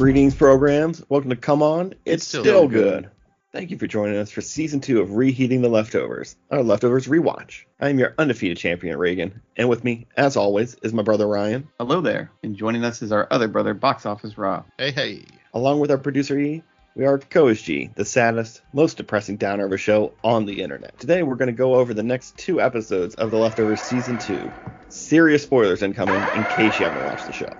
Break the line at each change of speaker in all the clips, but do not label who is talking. programs. Welcome to Come On. It's,
still
still, good. Thank you for joining us for season two of Reheating the Leftovers, our leftovers rewatch. I am your undefeated champion, Reagan. And with me, as always, is my brother Ryan,
Hello there, and joining us is our other brother, Box Office Rob.
Hey, hey.
along with our producer E. We are Coach G, the saddest, most depressing downer of a show on the internet. Today, we're going to go over the next two episodes of The Leftovers Season 2. Serious spoilers incoming in case you haven't watched the show.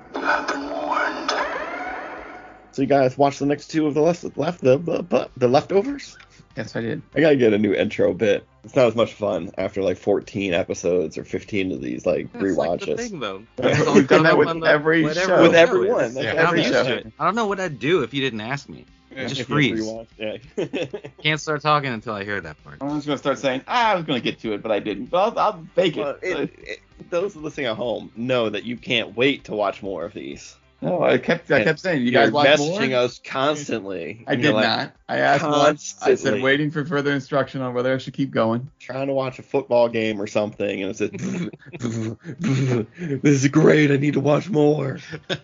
So, you guys watch the next two of The Left, left the, the, the Leftovers?
Yes, I did.
I gotta get a new intro bit. It's not as much fun after like 14 episodes or 15 of these like
That's like
rewatches.
the thing, though.
Yeah.
It's all
We've done
done
that
up
with
on the-
every
whatever
show.
the
With
show
everyone,
is.
that's
Yeah.
I'm
every
used
show.
to it. I don't know what I'd do if you didn't ask me.
Yeah.
If
Just
you
freeze.
rewatch- yeah.
Can't start talking until I hear that part.
I was gonna start saying, ah, I was gonna get to it, but I didn't. But I'll, I'll fake it.
Well, it, it, those listening at home know that you can't wait to watch more of these.
no, I kept, I kept saying, you
You're
guys watch
messaging
more?
us constantly.
I
You're
did
like,
not. I asked once. I said,
Constantly.
waiting for further instruction on whether I should keep going.
Trying to watch a football game or something, and it said, "This is great. I need to watch more."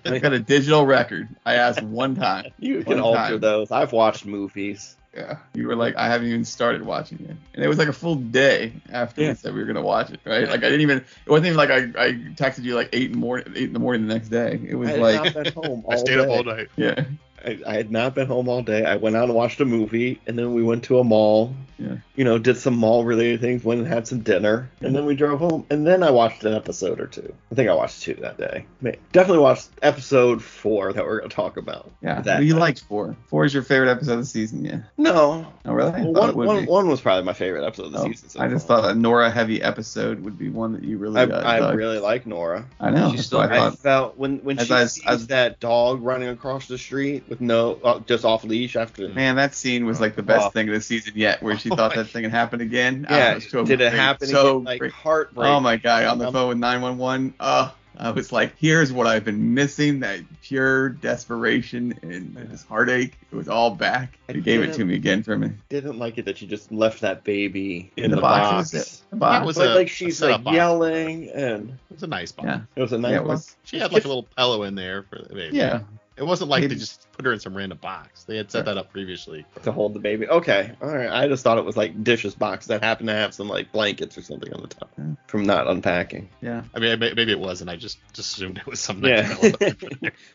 I got a digital record. I asked one time.
You can
One
alter
time.
those. I've watched movies.
Yeah, you were like, I haven't even started watching it, and it was like a full day after
Yeah.
we said we were gonna watch it, right? Like I didn't even. It wasn't even like I, I texted you like eight in the morning, eight in the morning the next day. It was
I
like,
had not been home all
I stayed
day.
up all night.
yeah,
I, I had not been home all day. I went out and watched a movie, and then we went to a mall.
Yeah.
You know, did some mall related things, went and had some dinner, and then we drove home. And then I watched an episode or two. I think I watched two that day. Ma- Definitely watched episode four that we're going to talk about.
yeah.
That
you
night.
liked four. Four is your favorite episode of the season, yeah?
No.
Oh really? I
Well,
thought
one,
it would
one,
be.
one was probably my favorite episode of the
Oh,
season. so
I just
far.
thought a Nora heavy episode would be one that you really.
I,
uh,
I
dug.
really like Nora.
I know.
She's
that's
still
what I
I
thought.
felt when when
As
she
I-
sees
as-
that dog running across the street with no uh, just off leash after
Man, that scene was like the best
Oh.
thing of the season yet, where she thought that thing had happened again. I
yeah
was so
did it
great,
happen
So
again, like
great.
heartbreak
Oh my god, on the
Um,
phone with 911. Uh, I was like, here's what I've been missing that pure desperation and this heartache. It was all back.
I
He gave it
can't-
to me again for me.
didn't like it that she just left that baby in, the,
box.
box.
It was- the box.
That was
like,
a-
like
a
she's
setup
like
box.
yelling, and
It was a nice box.
yeah.
it was a nice
Yeah, it
box.
was-
She had like a little pillow in there for the baby.
yeah.
It wasn't like
Maybe.
they just put her in some random box. They had set that up previously.
to hold the baby. Okay, all right. I just thought it was like dishes box that happened to have some like blankets or something on the top
Yeah.
from not unpacking.
Yeah.
I mean, may- maybe it was, and I just, just assumed it was something.
Yeah.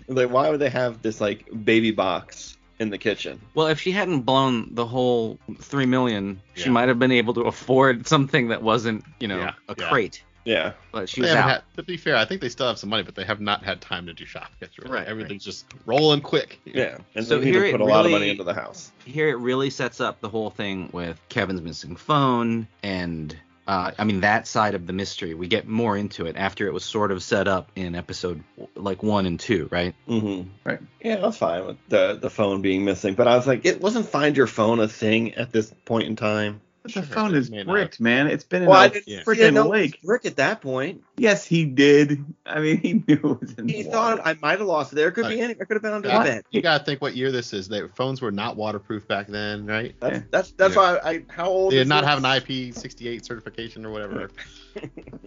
like, why would they have this like baby box in the kitchen?
Well, if she hadn't blown the whole three million, she
Yeah.
might have been able to afford something that wasn't, you know,
Yeah,
a
yeah.
crate.
Yeah.
But she
They
was
haven't
out.
had, to be fair, I think they still have some money, but they have not had time to do shopping. Really.
Right, right.
Everything's just rolling quick.
Yeah. And
So
so he just
here
put a
it
lot of
really-
money into the house.
Here it really sets up the whole thing with Kevin's missing phone and. Uh, I mean that side of the mystery. We get more into it after it was sort of set up in episode like one and two, right?
Mm-hmm.
Right.
Yeah, I was fine with the the phone being missing, but I was like, it wasn't find your phone a thing at this point in time.
But
Sure,
the phone
it
is
may not.
bricked, man. It's been in
Well, I
a
didn't-
yeah.
freaking
Yeah, no,
lake.
Rick at that point.
Yes, he did. I mean, he knew it was in
He
the
thought
water.
I might have lost it. There could be any. I could have been under the
What?
bed.
You gotta think what year this is. Their phones were not waterproof back then, right?
That's
Yeah.
that's that's
Yeah.
why I, I how old
They
is
did not
this?
have an IP68 certification or whatever.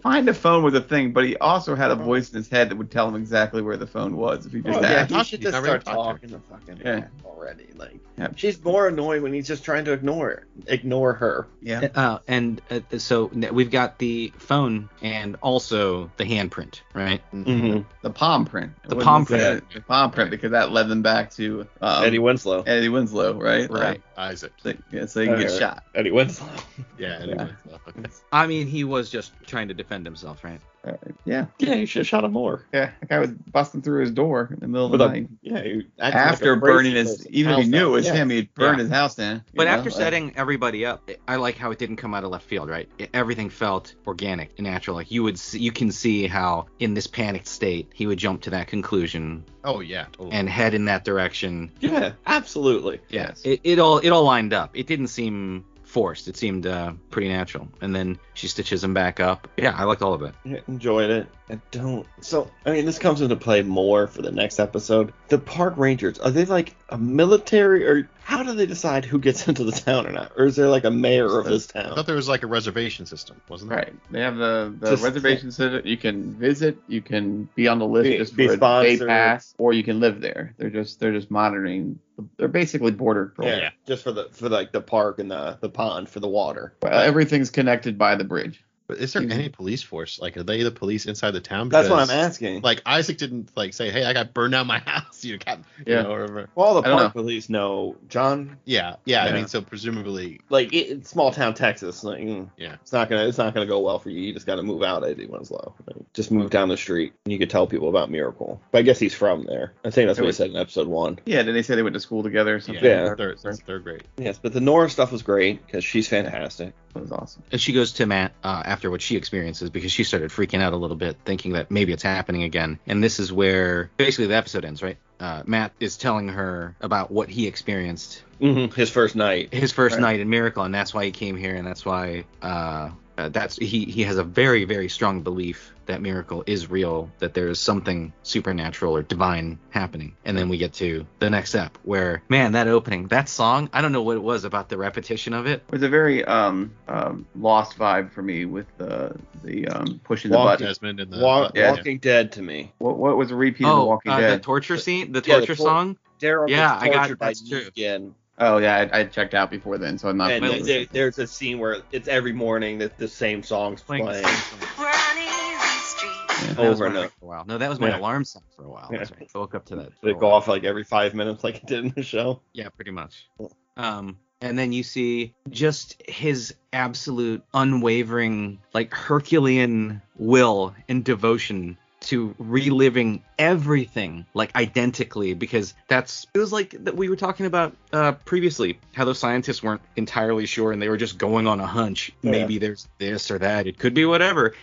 Find a phone was a thing, but he also had a voice in his head that would tell him exactly where the phone was if he just
Uh-huh. Oh, yeah,
asked.
he should
He's
just
not
start
really
talking
talking.
the fucking
Yeah.
yeah. already. Like
Yeah.
she's more annoying when he's just trying to ignore her, ignore her.
Yeah.
Uh, and uh, so n- we've got the phone and also the handprint, right?
Mm-hmm.
The palm print. It
The
wasn't
palm
print.
The palm print because that led them back to um,
Eddie Winslow.
Eddie Winslow, right?
Right.
Isaac.
Like, yeah, so you can get
Okay.
shot.
Eddie Winslow.
Yeah. Anyway.
Mm-hmm.
Okay.
I mean, he was just trying to defend himself, right?
Yeah.
Yeah, you should have shot him more.
Yeah. That guy was busting through his door in the middle of
With
the
a,
night.
yeah, you acted like
After
a crazy
burning his,
person.
even if he
House
knew it
down.
was
Yeah.
him, he'd burn
Yeah.
his house down. you
But
know? Uh,
after
Like,
setting everybody up, I like how it didn't come out of left field, right? It- everything felt organic and natural. Like you would, see, you can see how in this panicked state he would jump to that conclusion
Oh yeah. Totally.
and head in that direction.
Yeah, absolutely.
Yes.
It, it all, it all lined up. It didn't seem forced. It seemed uh, pretty natural. And then she stitches him back up. Yeah, I liked all of it.
Yeah, enjoyed it. I don't. So, I mean, this comes into play more for the next episode. The park rangers are they like a military, or how do they decide who gets into the town or not? Or is there like a mayor of this
I
town?
thought there was like a reservation system, wasn't there?
Right. They have the, the
Just-
reservation system. You can visit. You can be on the list
Be-
just
be
for a day
sponsored.
pass, or you can live there. They're just they're just monitoring. They're basically border patrol.
Yeah, just for the for like the park and the the pond for the water.
Well, everything's connected by the bridge.
But is there any police force? Like, are they the police inside the town?
That's what I'm
Because,
asking.
Like Isaac didn't like say, "Hey, I got burned down my house." You got, you
Yeah.
know, or whatever.
well, the
I don't
park police know John.
Yeah, yeah,
Yeah.
I mean, so presumably,
Like it, it's small town Texas. Like, mm,
Yeah.
it's not gonna it's not gonna go well for you. You just gotta move out, Eddie Winslow. Like, just move down the street, and you could tell people about Miracle. But I guess he's from there. I think that's what he said in episode one.
Yeah. Did they say they went to school together or something?
Yeah.
they're, they're,
That
they're great.
Yes, but the Nora stuff was great because she's fantastic.
was awesome.
And she goes to Matt uh, after what she experiences because she started freaking out a little bit, thinking that maybe it's happening again. And this is where basically the episode ends, right? Uh, Matt is telling her about what he experienced
Mm-hmm. His first night.
his first
Right.
night in Miracle, and that's why he came here, and that's why uh, uh, that's he he has a very very strong belief that Miracle is real, that there is something supernatural or divine happening. And then we get to the next step where man, that opening, that song, I don't know what it was about the repetition of it.
It was a very um, um lost vibe for me with the the um pushing
Walk
the button.
Desmond and the
Walk,
yeah.
Walking Dead to me.
What what was a repeat of The
Oh,
Walking
uh, the
Dead?
torture scene, the
Yeah, the
torture
tor-
song.
Daryl
Yeah,
gets
I got-
tortured by
that's true.
Negan,
oh yeah, I, I checked out before then, so I'm not.
and
my
familiar.
th- there- there's a scene where it's every morning that the same song's
Playing
playing.
the same song.
We're on an easy street.
Yeah, that
Over
was my
and
alarm
over.
for a while. No, that was my
Yeah.
alarm song for a while.
Yeah.
That's right. I woke up to that. for a
They go
while.
off like every five minutes, like it did in the show.
Yeah, pretty much.
Yeah.
Um, and then you see just his absolute unwavering, like Herculean will and devotion to reliving everything like identically because that's it was like that we were talking about uh previously how those scientists weren't entirely sure and they were just going on a hunch
Yeah.
maybe there's this or that it could be whatever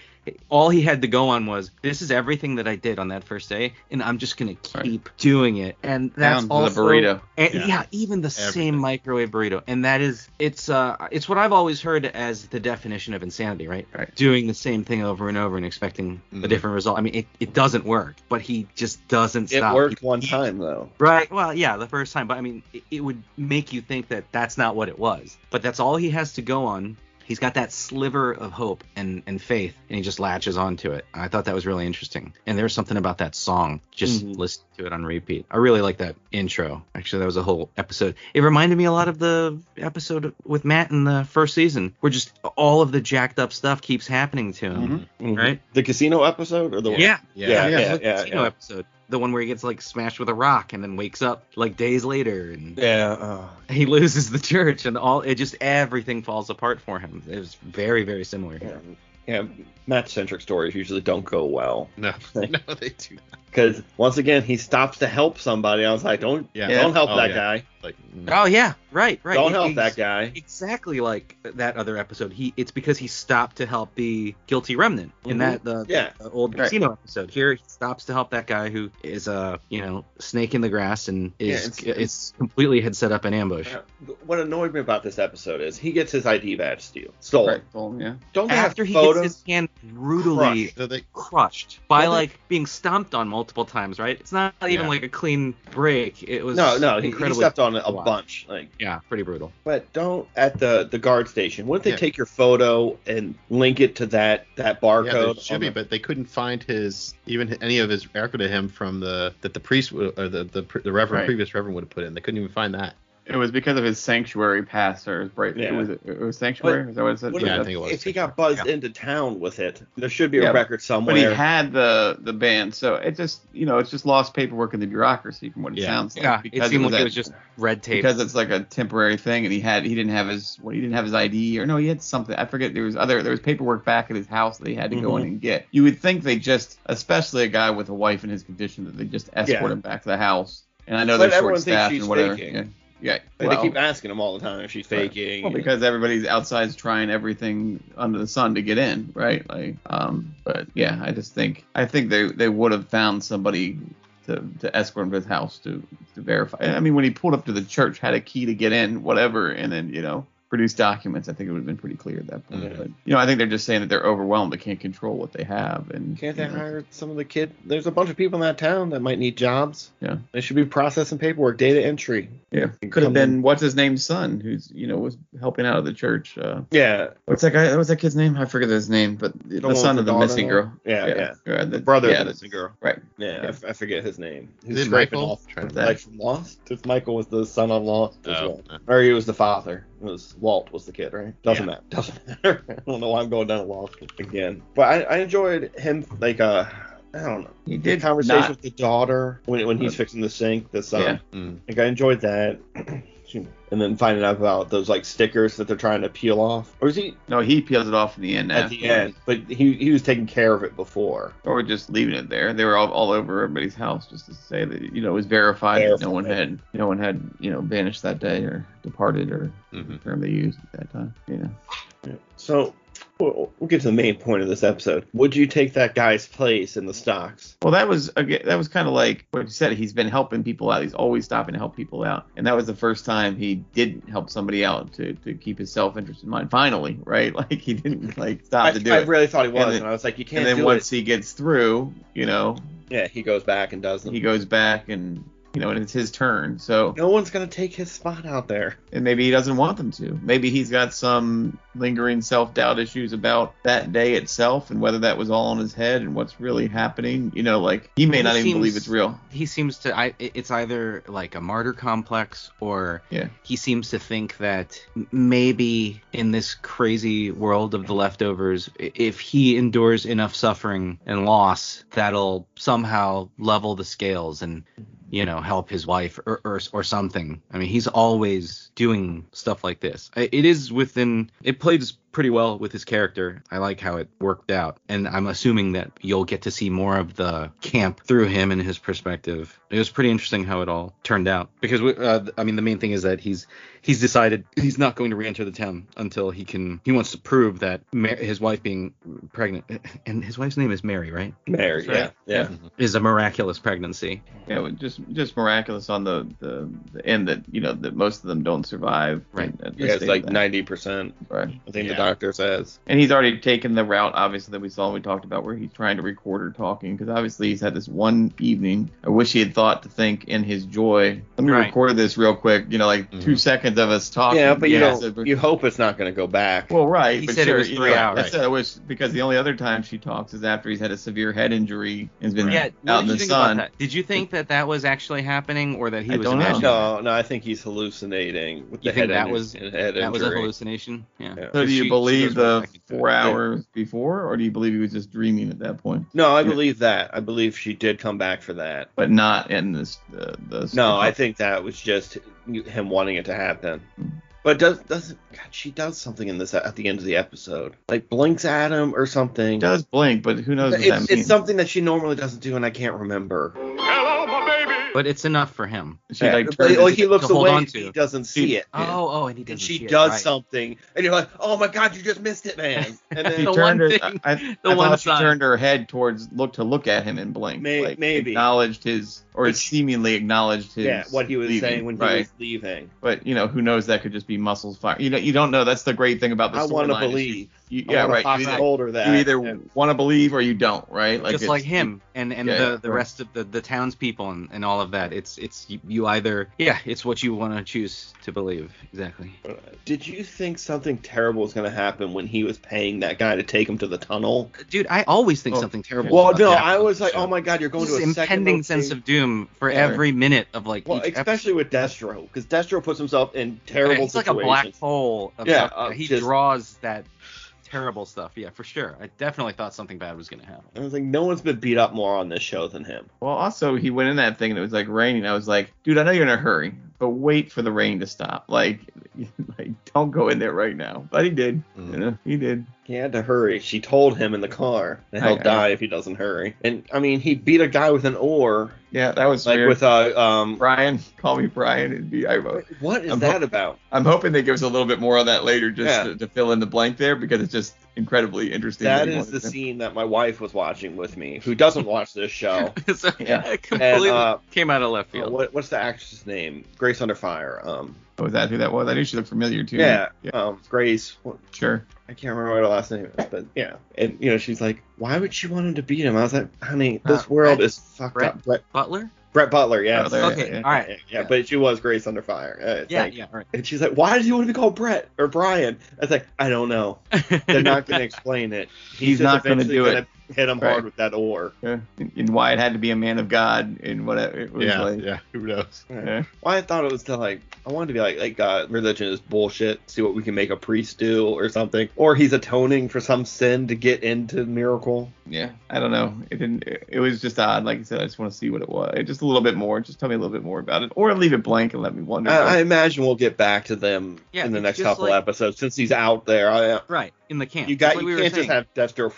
all he had to go on was this is everything that i did on that first day and i'm just gonna keep
Right.
doing it and that's
Down to
also
the burrito.
and yeah,
Yeah.
even the same
Everything.
microwave burrito. And that is it's uh it's what I've always heard as the definition of insanity, right?
Right.
Doing the same thing over and over and expecting a
Mhm.
different result. I mean, it, it doesn't work, but he just doesn't
It
stop.
worked
He-
one time though.
Right. Well, yeah, the first time, but I mean, it, it would make you think that that's not what it was. But that's all he has to go on. He's got that sliver of hope and, and faith, and he just latches onto it. I thought that was really interesting. And there's something about that song. Just
Mhm.
listen to it on repeat. I really like that intro. Actually, that was a whole episode. It reminded me a lot of the episode with Matt in the first season, where just all of the jacked up stuff keeps happening to him.
Mhm.
Right?
The casino episode or the one?
Yeah.
Mm-hmm. Yeah.
Mm-hmm. Yeah,
yeah,
yeah,
the
yeah,
casino
yeah.
episode, the one where he gets like smashed with a rock and then wakes up like days later and
Yeah. uh,
he loses the church and all it just everything falls apart for him. It was very very similar
yeah.
here.
Yeah, match centric stories usually don't go well
No, no, they do.
because once again he stops to help somebody. I was like, don't,
Yeah.
don't help
Oh,
that
yeah.
guy.
Like,
Oh yeah, right, right.
Don't
It-
help
it's
that guy.
Exactly like that other episode. He it's because he stopped to help the guilty remnant in
Mhm.
that the,
Yeah.
the old
Right.
casino episode. Here he stops to help that guy who is a you know snake in the grass and
Yeah,
is
it's- it's-
is completely had set up an ambush.
Yeah. What annoyed me about this episode is he gets his ID badge steal, stolen.
Right. Well, yeah.
Don't they
After
have
he
photos?
gets his hand brutally
so they,
crushed by
Well, they-
like being stomped on multiple times, right? It's not even
Yeah.
like a clean break. It was
no, no, he, he
incredibly
stepped on a
Wow.
bunch. Like,
yeah, pretty brutal.
but don't at the the guard station. Wouldn't they
Yeah.
take your photo and link it to that that
yeah,
barcode?
there should
on
be,
the-
but they couldn't find his even any of his record of him from the that the priest would- or the the, pr- the reverend
Right.
previous reverend would have put in. They couldn't even find that.
It was because of his sanctuary pass or his break.
Yeah.
It was it was sanctuary. Is that what it said?
What
Yeah, I
if-
think it was
if he got buzzed into town with it, there should be a
Yeah,
record
but he
somewhere.
had the the ban, so it just you know it's just lost paperwork in the bureaucracy from what it
Yeah.
sounds like.
Yeah, it
because
seemed like
a-
it was just red tape.
because it's like a temporary thing, and he had he didn't have his what he didn't have his ID or no he had something I forget there was other there was paperwork back at his house that he had to go
Mm-hmm.
in and get. You would think they just especially a guy with a wife in his condition that they just escort
Yeah.
him back to the house. And I
But
know they're short
everyone thinks
staffed
she's
and whatever.
faking.
Yeah, yeah.
Like,
well-
they keep asking him all the time if she's
Right.
faking.
Well, because everybody's outside's trying everything under the sun to get in, right? Like, um, but yeah, I just think I think they they would have found somebody to, to escort him to his house to to verify. I mean, when he pulled up to the church, had a key to get in, whatever, and then you know produce documents, I think it would have been pretty clear at that point.
Yeah.
But you know, I think they're just saying that they're overwhelmed. They can't control what they have, and
Can't they
you know,
hire some of the kid? There's a bunch of people in that town that might need jobs.
Yeah.
They should be processing paperwork, data entry.
Yeah,
And
could have
come
been what's his name's son, who's you know was helping out of the church. Uh,
Yeah.
what's that guy? What's that kid's name? I forget his name, but the,
one
son
with
of
the
the
daughter.
missing girl.
Yeah, yeah.
yeah,
The brother of
Yeah,
the
that's-
missing girl.
right.
Yeah,
Yeah.
I, I forget his name.
Is it
scraping
Michael?
off-
Trying to-
That-
Like from Lost? If Michael was the son on Lost as
Oh,
well.
no.
Or he was the father. It was Walt was the kid, right? Doesn't
Yeah.
matter. Doesn't matter. I don't know why I'm going down to Lost again. But I, I enjoyed him like uh I don't know.
He
The
did
conversation
not-
with the daughter when, when he's
Uh,
fixing the sink, the son.
Yeah.
Mm.
Like I enjoyed that. Excuse me. and then finding out about those like stickers that they're trying to peel off. Or is he
No, he peels it off in the end.
at the end? But he he was taking care of it before.
or just leaving it there. They were all, all over everybody's house just to say that you know it was verified that no one
Verified.
had no one had you know vanished that day or departed or
Mhm.
the term they used at that time. You know,
So we'll, we'll get to the main point of this episode. Would you take that guy's place in the stocks?
well that was again that was kind of like what you said. He's been helping people out. He's always stopping to help people out, and that was the first time he didn't help somebody out to to keep his self interest in mind. Finally, right? Like he didn't like stop
I,
to do
I
it.
really thought he was, and,
then-
I was like, you can't
and then
do
once he gets through, you know,
it. Yeah, he goes back and does them.
he goes back and you know, and it's his turn. So
no one's gonna take his spot out there.
and maybe he doesn't want them to. Maybe he's got some lingering self-doubt issues about that day itself and whether that was all in his head and what's really happening. You know, like he may
He
not even
seems-
believe it's real.
He seems to. I, it- it's either like a martyr complex, or
Yeah.
he seems to think that m- maybe in this crazy world of the leftovers, i- if he endures enough suffering and loss, that'll somehow level the scales and you know help his wife or or, or something. I mean, he's always doing stuff like this. I- It is within. It plays pretty well with his character. I like how it worked out, and I'm assuming that you'll get to see more of the camp through him and his perspective. It was pretty interesting how it all turned out because we, uh, I mean the main thing is that he's he's decided he's not going to re-enter the town until he can he wants to prove that Ma- his wife being pregnant and his wife's name is Mary, right?
Mary,
That's right.
yeah, yeah.
Is a miraculous pregnancy.
Yeah, it was just just miraculous on the the, the end that you know that most of them don't survive.
Right.
And- and
Yeah, it's
stay
like
there.
ninety percent.
Right.
I think the
Yeah.
doctor says.
And he's already taken the route, obviously, that we saw we talked about, where he's trying to record her talking, because obviously he's had this one evening. I wish he had thought to think in his joy, let me
Right. Mm-hmm.
record this real quick. You know, like two
Mhm.
seconds of us talking.
yeah, but you
know.
don't. You hope it's not gonna go back.
Well, right.
He
but
said it
sure,
was
you
three
know,
hours.
I said I wish because the only other time she talks is after he's had a severe head injury and has been
Yeah.
out
What
in
did
the
you think about
sun.
that? Did you think that that was actually happening or that he
I
was
don't know.
imagining? it?
no, no, I think he's hallucinating with
You
the head
think that
in-
was-
and head
That was a
injury.
hallucination. Yeah.
Yeah.
So do
She-
you
she
believe
goes
the
back into it.
four hours before, or do you believe he was just dreaming at that point?
No, I
Yeah.
believe that. I believe she did come back for that.
But not in this. Uh, the
No, I think that was just him wanting it to happen. But does does God? She does something in this at the end of the episode, like blinks at him or something.
He does blink, but who knows what that
it's,
means?
it's something that she normally doesn't do, and I can't remember.
But it's enough for him.
she
Yeah,
like
but,
turns.
like, oh, he looks
to hold
away,
on
and
to.
he doesn't see it,
Yeah.
Oh, oh, and he doesn't.
and she
see it,
does
right.
something, and you're like, "Oh my God, you just missed it, man!" And
she
then
The
turned
one
her,
thing-
I, I,
the
I
one
thought she
sign.
turned her head towards look to look at him and blink.
May-
like,
maybe.
acknowledged his or
Which-
seemingly acknowledged his.
yeah, what he was
leaving,
saying when he
right.
was leaving.
But you know, who knows? That could just be muscles fire. You know, you don't know. That's the great thing about the
I want to
storyline is
believe.
You, you-
I
yeah,
wanna
right.
Pop
You
and
either,
hold her that.
you either want to believe or you don't, right?
just
it's-
like him and and
Yeah,
the,
yeah,
the
right.
rest of the the townspeople and, and all of that it's it's you, you either yeah it's what you want to choose to believe exactly
Did you think something terrible was going to happen when he was paying that guy to take him to the tunnel?
dude i always think
Oh,
something terrible
Well,
is
no,
about to
I
happen.
was like, "Oh my God, you're going
This
to a second
impending sense
location."
of doom for
Yeah, right.
every minute of like
Well,
each episode.
especially with Destro, because Destro puts himself in terrible
it's like a black
situations.
hole of
Yeah,
yeah
uh,
he
just-
draws that terrible stuff yeah for sure i definitely thought something bad was gonna happen
I was like, no one's been beat up more on this show than him.
Well, also he went in that thing and it was like raining. I was like, dude, I know you're in a hurry, but wait for the rain to stop. Like, like don't go in there right now. But he did.
Mm.
You know, he did.
He had to hurry. She told him in the car that he'll
I- I-
die if he doesn't hurry. And I mean, he beat a guy with an oar,
Yeah, that was
like
weird.
with a um.
Brian. Call me Brian. It'd be, I,
What is
I'm
that about?
I'm hoping they give us a little bit more on that later, just
Yeah.
to, to fill in the blank there, because it's just incredibly interesting.
That
he
is the
wanted to-
scene that my wife was watching with me, who doesn't watch this show.
so,
Yeah.
it completely
uh,
came out of left
Uh,
field
what, what's the actress's name? Grace Under Fire. Um,
Oh, was that who that was? I knew she looked familiar too.
Yeah,
Yeah.
Um, Grace.
Sure.
I can't remember what her last name is, but yeah. And you know, she's like, "Why would she want him to beat him?" I was like, "Honey, this
Uh,
world
Brett-
is fucked
Brett-
up." Brett,
Butler?
Brett Butler, yeah,
Butler,
yeah,
okay,
yeah.
all right.
yeah, but she was Grace under fire. Uh, it's
Yeah,
like-
yeah, all right.
And she's like, "Why does he want to be called Brett or Brian?" I was like, "I don't know. They're not going to explain it.
He's not gonna do
going to hit him
Right.
hard with that oar."
Yeah. And, and why it had to be a man of God and whatever. It was
yeah,
like,
yeah. Who knows?
yeah.
Well, I thought it was to like I wanted to be like like uh, religion is bullshit. See what we can make a priest do or something, or he's atoning for some sin to get into miracle.
yeah, I don't know. It didn't. It, it was just odd. Like I said, I just want to see what it was. Just a little bit more. Just tell me a little bit more about it, or leave it blank and let me wonder.
I, I imagine we'll get back to them
Yeah,
in the
it's
next
just
couple
like-
episodes since he's out there. I,
right in the camp.
you got
That's what
you
we were
can't just
saying.
have Destro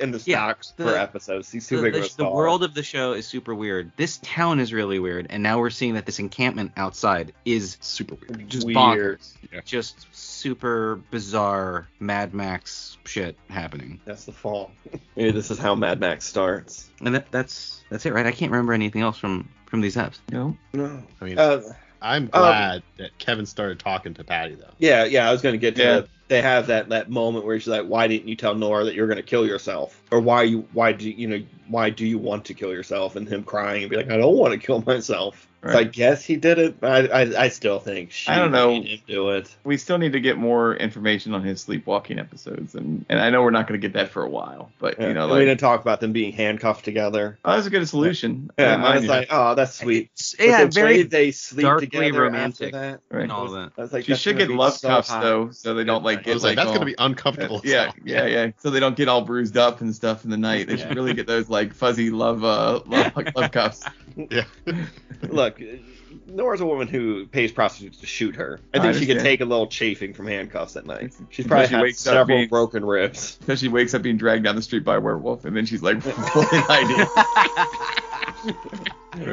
in the
Yeah,
stocks
the-
for episodes. He's too
the,
big
the-
of a
the
star.
world of the show is super weird. This town is really weird, and now we're seeing that this encampment outside is
Super weird.
just
Weird.
bonkers.
Yeah.
Just super bizarre Mad Max shit happening.
That's the fall. Maybe this is how Mad Max starts.
And that, that's that's it, right? I can't remember anything else from from these eps.
no.
No.
I mean,
Uh,
I'm glad that Kevin started talking to Patty though.
yeah, yeah. I was gonna get to
Yeah.
the- they have that that moment where she's like, "Why didn't you tell Nora that you were gonna kill yourself? Or why you why do you know why do you want to kill yourself?" And him crying and be like, "I don't want to kill myself." So I
Right.
guess he did it. but I I, I still think she
I don't know.
made him do it.
We still need to get more information on his sleepwalking episodes, and and I know we're not going to get that for a while, but
Yeah.
you know,
And we
like,
didn't talk about them being handcuffed together.
oh, that's a good solution.
Yeah,
Uh,
I was
yeah.
like, oh, that's sweet.
It's-
But
yeah,
the way
very
they sleep
darkly
together
romantic.
After that,
Right.
and all that.
I was like,
she
that's
should
gonna
get
be
love
so
cuffs
hot.
though, so they don't like
I
I
get
was
like,
like, oh, that's
all-
gonna be uncomfortable. as
yeah,
hell.
yeah, yeah. So they don't get all bruised up and stuff in the night. They
Yeah.
should really get those like fuzzy love, uh, love, love cuffs.
Look, Nora's a woman who pays prostitutes to shoot her. I
I
think she could
understand.
take a little chafing from handcuffs at night. She's
Because
probably
she
had
wakes up
several
being-
broken ribs.
Because she wakes up being dragged down the street by a werewolf, and then she's like, "What did I do?"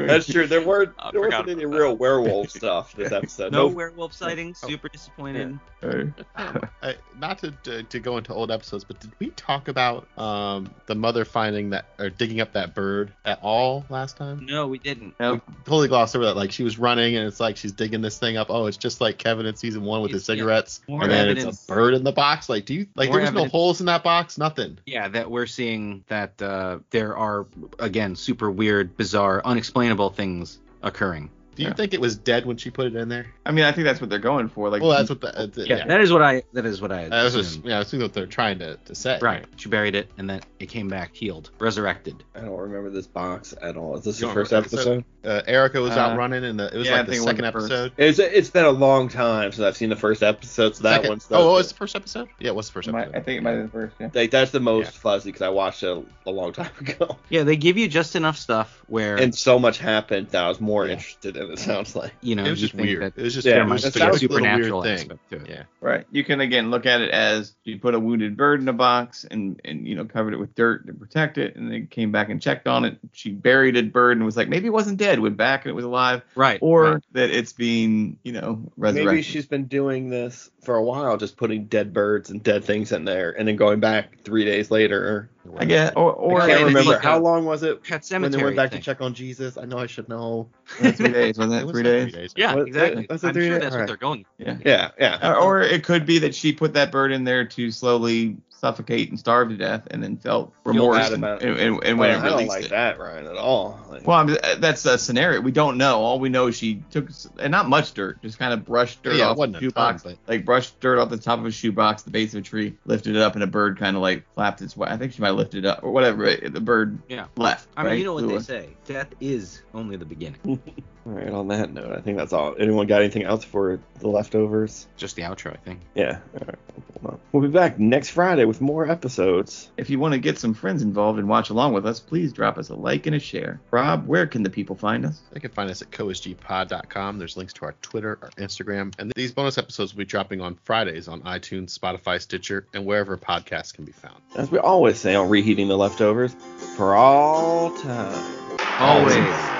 That's true. There were
I
there
forgot
wasn't any
about
real werewolf stuff this episode.
no Oh,
No,
werewolf sighting. Super disappointed.
Uh,
I, not to, to to go into old episodes, but did we talk about um the mother finding that or digging up that bird at all last time?
No, we didn't.
no,
Totally glossed over that. Like she was running and it's like she's digging this thing up. Oh, it's just like Kevin in season one with his
Yeah.
cigarettes,
More
and then
evidence.
it's a bird in the box. Like do you like
More
there was
evidence.
no holes in that box, nothing.
Yeah, that we're seeing that uh, there are again super weird, bizarre, unexplainable things occurring.
Do you
Yeah.
think it was dead when she put it in there?
I mean, I think that's what they're going for. Like,
Well, that's what the, uh, the-
Yeah,
yeah.
that is what I that is what I.
That was just,
assumed.
yeah, I assume what they're trying to, to say.
Right. She buried it, and then it came back healed, resurrected.
I don't remember this box at all. Is this
You
the
don't
first
remember the
episode?
Uh, Erica was
Uh,
out running, and the, it was
yeah, I
like the
think it was
second
the first.
episode.
It's it's been a long time since I've seen the first episode, so that
Second-
one's the,
oh, what was the first episode? Yeah, it was the first
it might-
episode.
I think it might have been first. Yeah.
like that's the most
Yeah.
fuzzy because I watched it a long time ago,
Yeah, they give you just enough stuff where
and so much happened that I was more
Yeah.
interested in. It sounds like.
you know
it was
you
just
think
weird.
that
It was just
Yeah,
yeah,
there
it was
just
must be a
like a
supernatural
thing.
aspect to it.
Yeah.
Right. You can again look at it as you put a wounded bird in a box and and you know covered it with dirt to protect it, and they came back and checked on it. She buried a bird and was like, maybe it wasn't dead. Went back and it was alive,
Right.
or
right.
that it's being you know resurrected.
Maybe she's been doing this for a while, just putting dead birds and dead things in there, and then going back three days later.
I guess, or or
I
it
can't
is
remember
like
how
a
long was it
Pet
when
cemetery.
they went back
thing.
to check on Jesus. I know I should know.
three days, wasn't
It
it?
was
three
like
days.
Yeah,
What-
exactly.
that's what
I'm
they're
sure
doing?
that's what
Alright.
they're going.
Yeah.
Yeah, yeah.
Or, or it could be that she put that bird in there to slowly suffocate and starve to death, and then felt remorse
bad
and,
about
and,
it.
and, and when
Well,
it
I don't
released
like
it.
that, Ryan, at all. Like,
Well, I'm, uh, that's a scenario. We don't know. All we know is she took s- and not much dirt, just kind of brushed dirt
Yeah, it
off
wasn't
the
a
shoebox,
ton,
like brushed dirt off the top of a shoebox, the base of a tree, lifted it up, and a bird kind of like flapped its way. I think she might have lifted it up or whatever. it- The bird
Yeah.
left.
I mean,
right? uh,
you know what
Flew
they
away.
say. Death is only the beginning.
all right. On that note, I think that's all. Anyone got anything else for the leftovers?
Just the outro, I think.
Yeah. All right. I'll pull them up. We'll be back next Friday with more episodes.
If you want to get some friends involved and watch along with us, please drop us a like and a share. Rob, where can the people find us?
They can find us at coesgpod.com. There's links to our Twitter, our Instagram, and these bonus episodes will be dropping on Fridays on iTunes, Spotify, Stitcher, and wherever podcasts can be found.
As we always say on reheating the leftovers, for all time.
Always.